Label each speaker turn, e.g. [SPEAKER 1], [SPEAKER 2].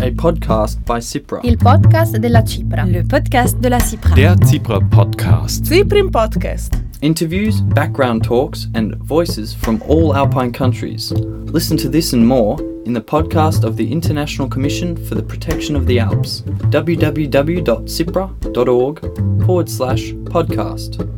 [SPEAKER 1] a podcast by Cipra.
[SPEAKER 2] il podcast della Cipra.
[SPEAKER 3] Le podcast de la CIPRA.
[SPEAKER 4] Der Zebra Podcast.
[SPEAKER 5] Ziprim Podcast.
[SPEAKER 1] Interviews, background talks, and voices from all Alpine countries. Listen to this and more in the podcast of the International Commission for the Protection of the Alps, www.cipra.org forward slash podcast.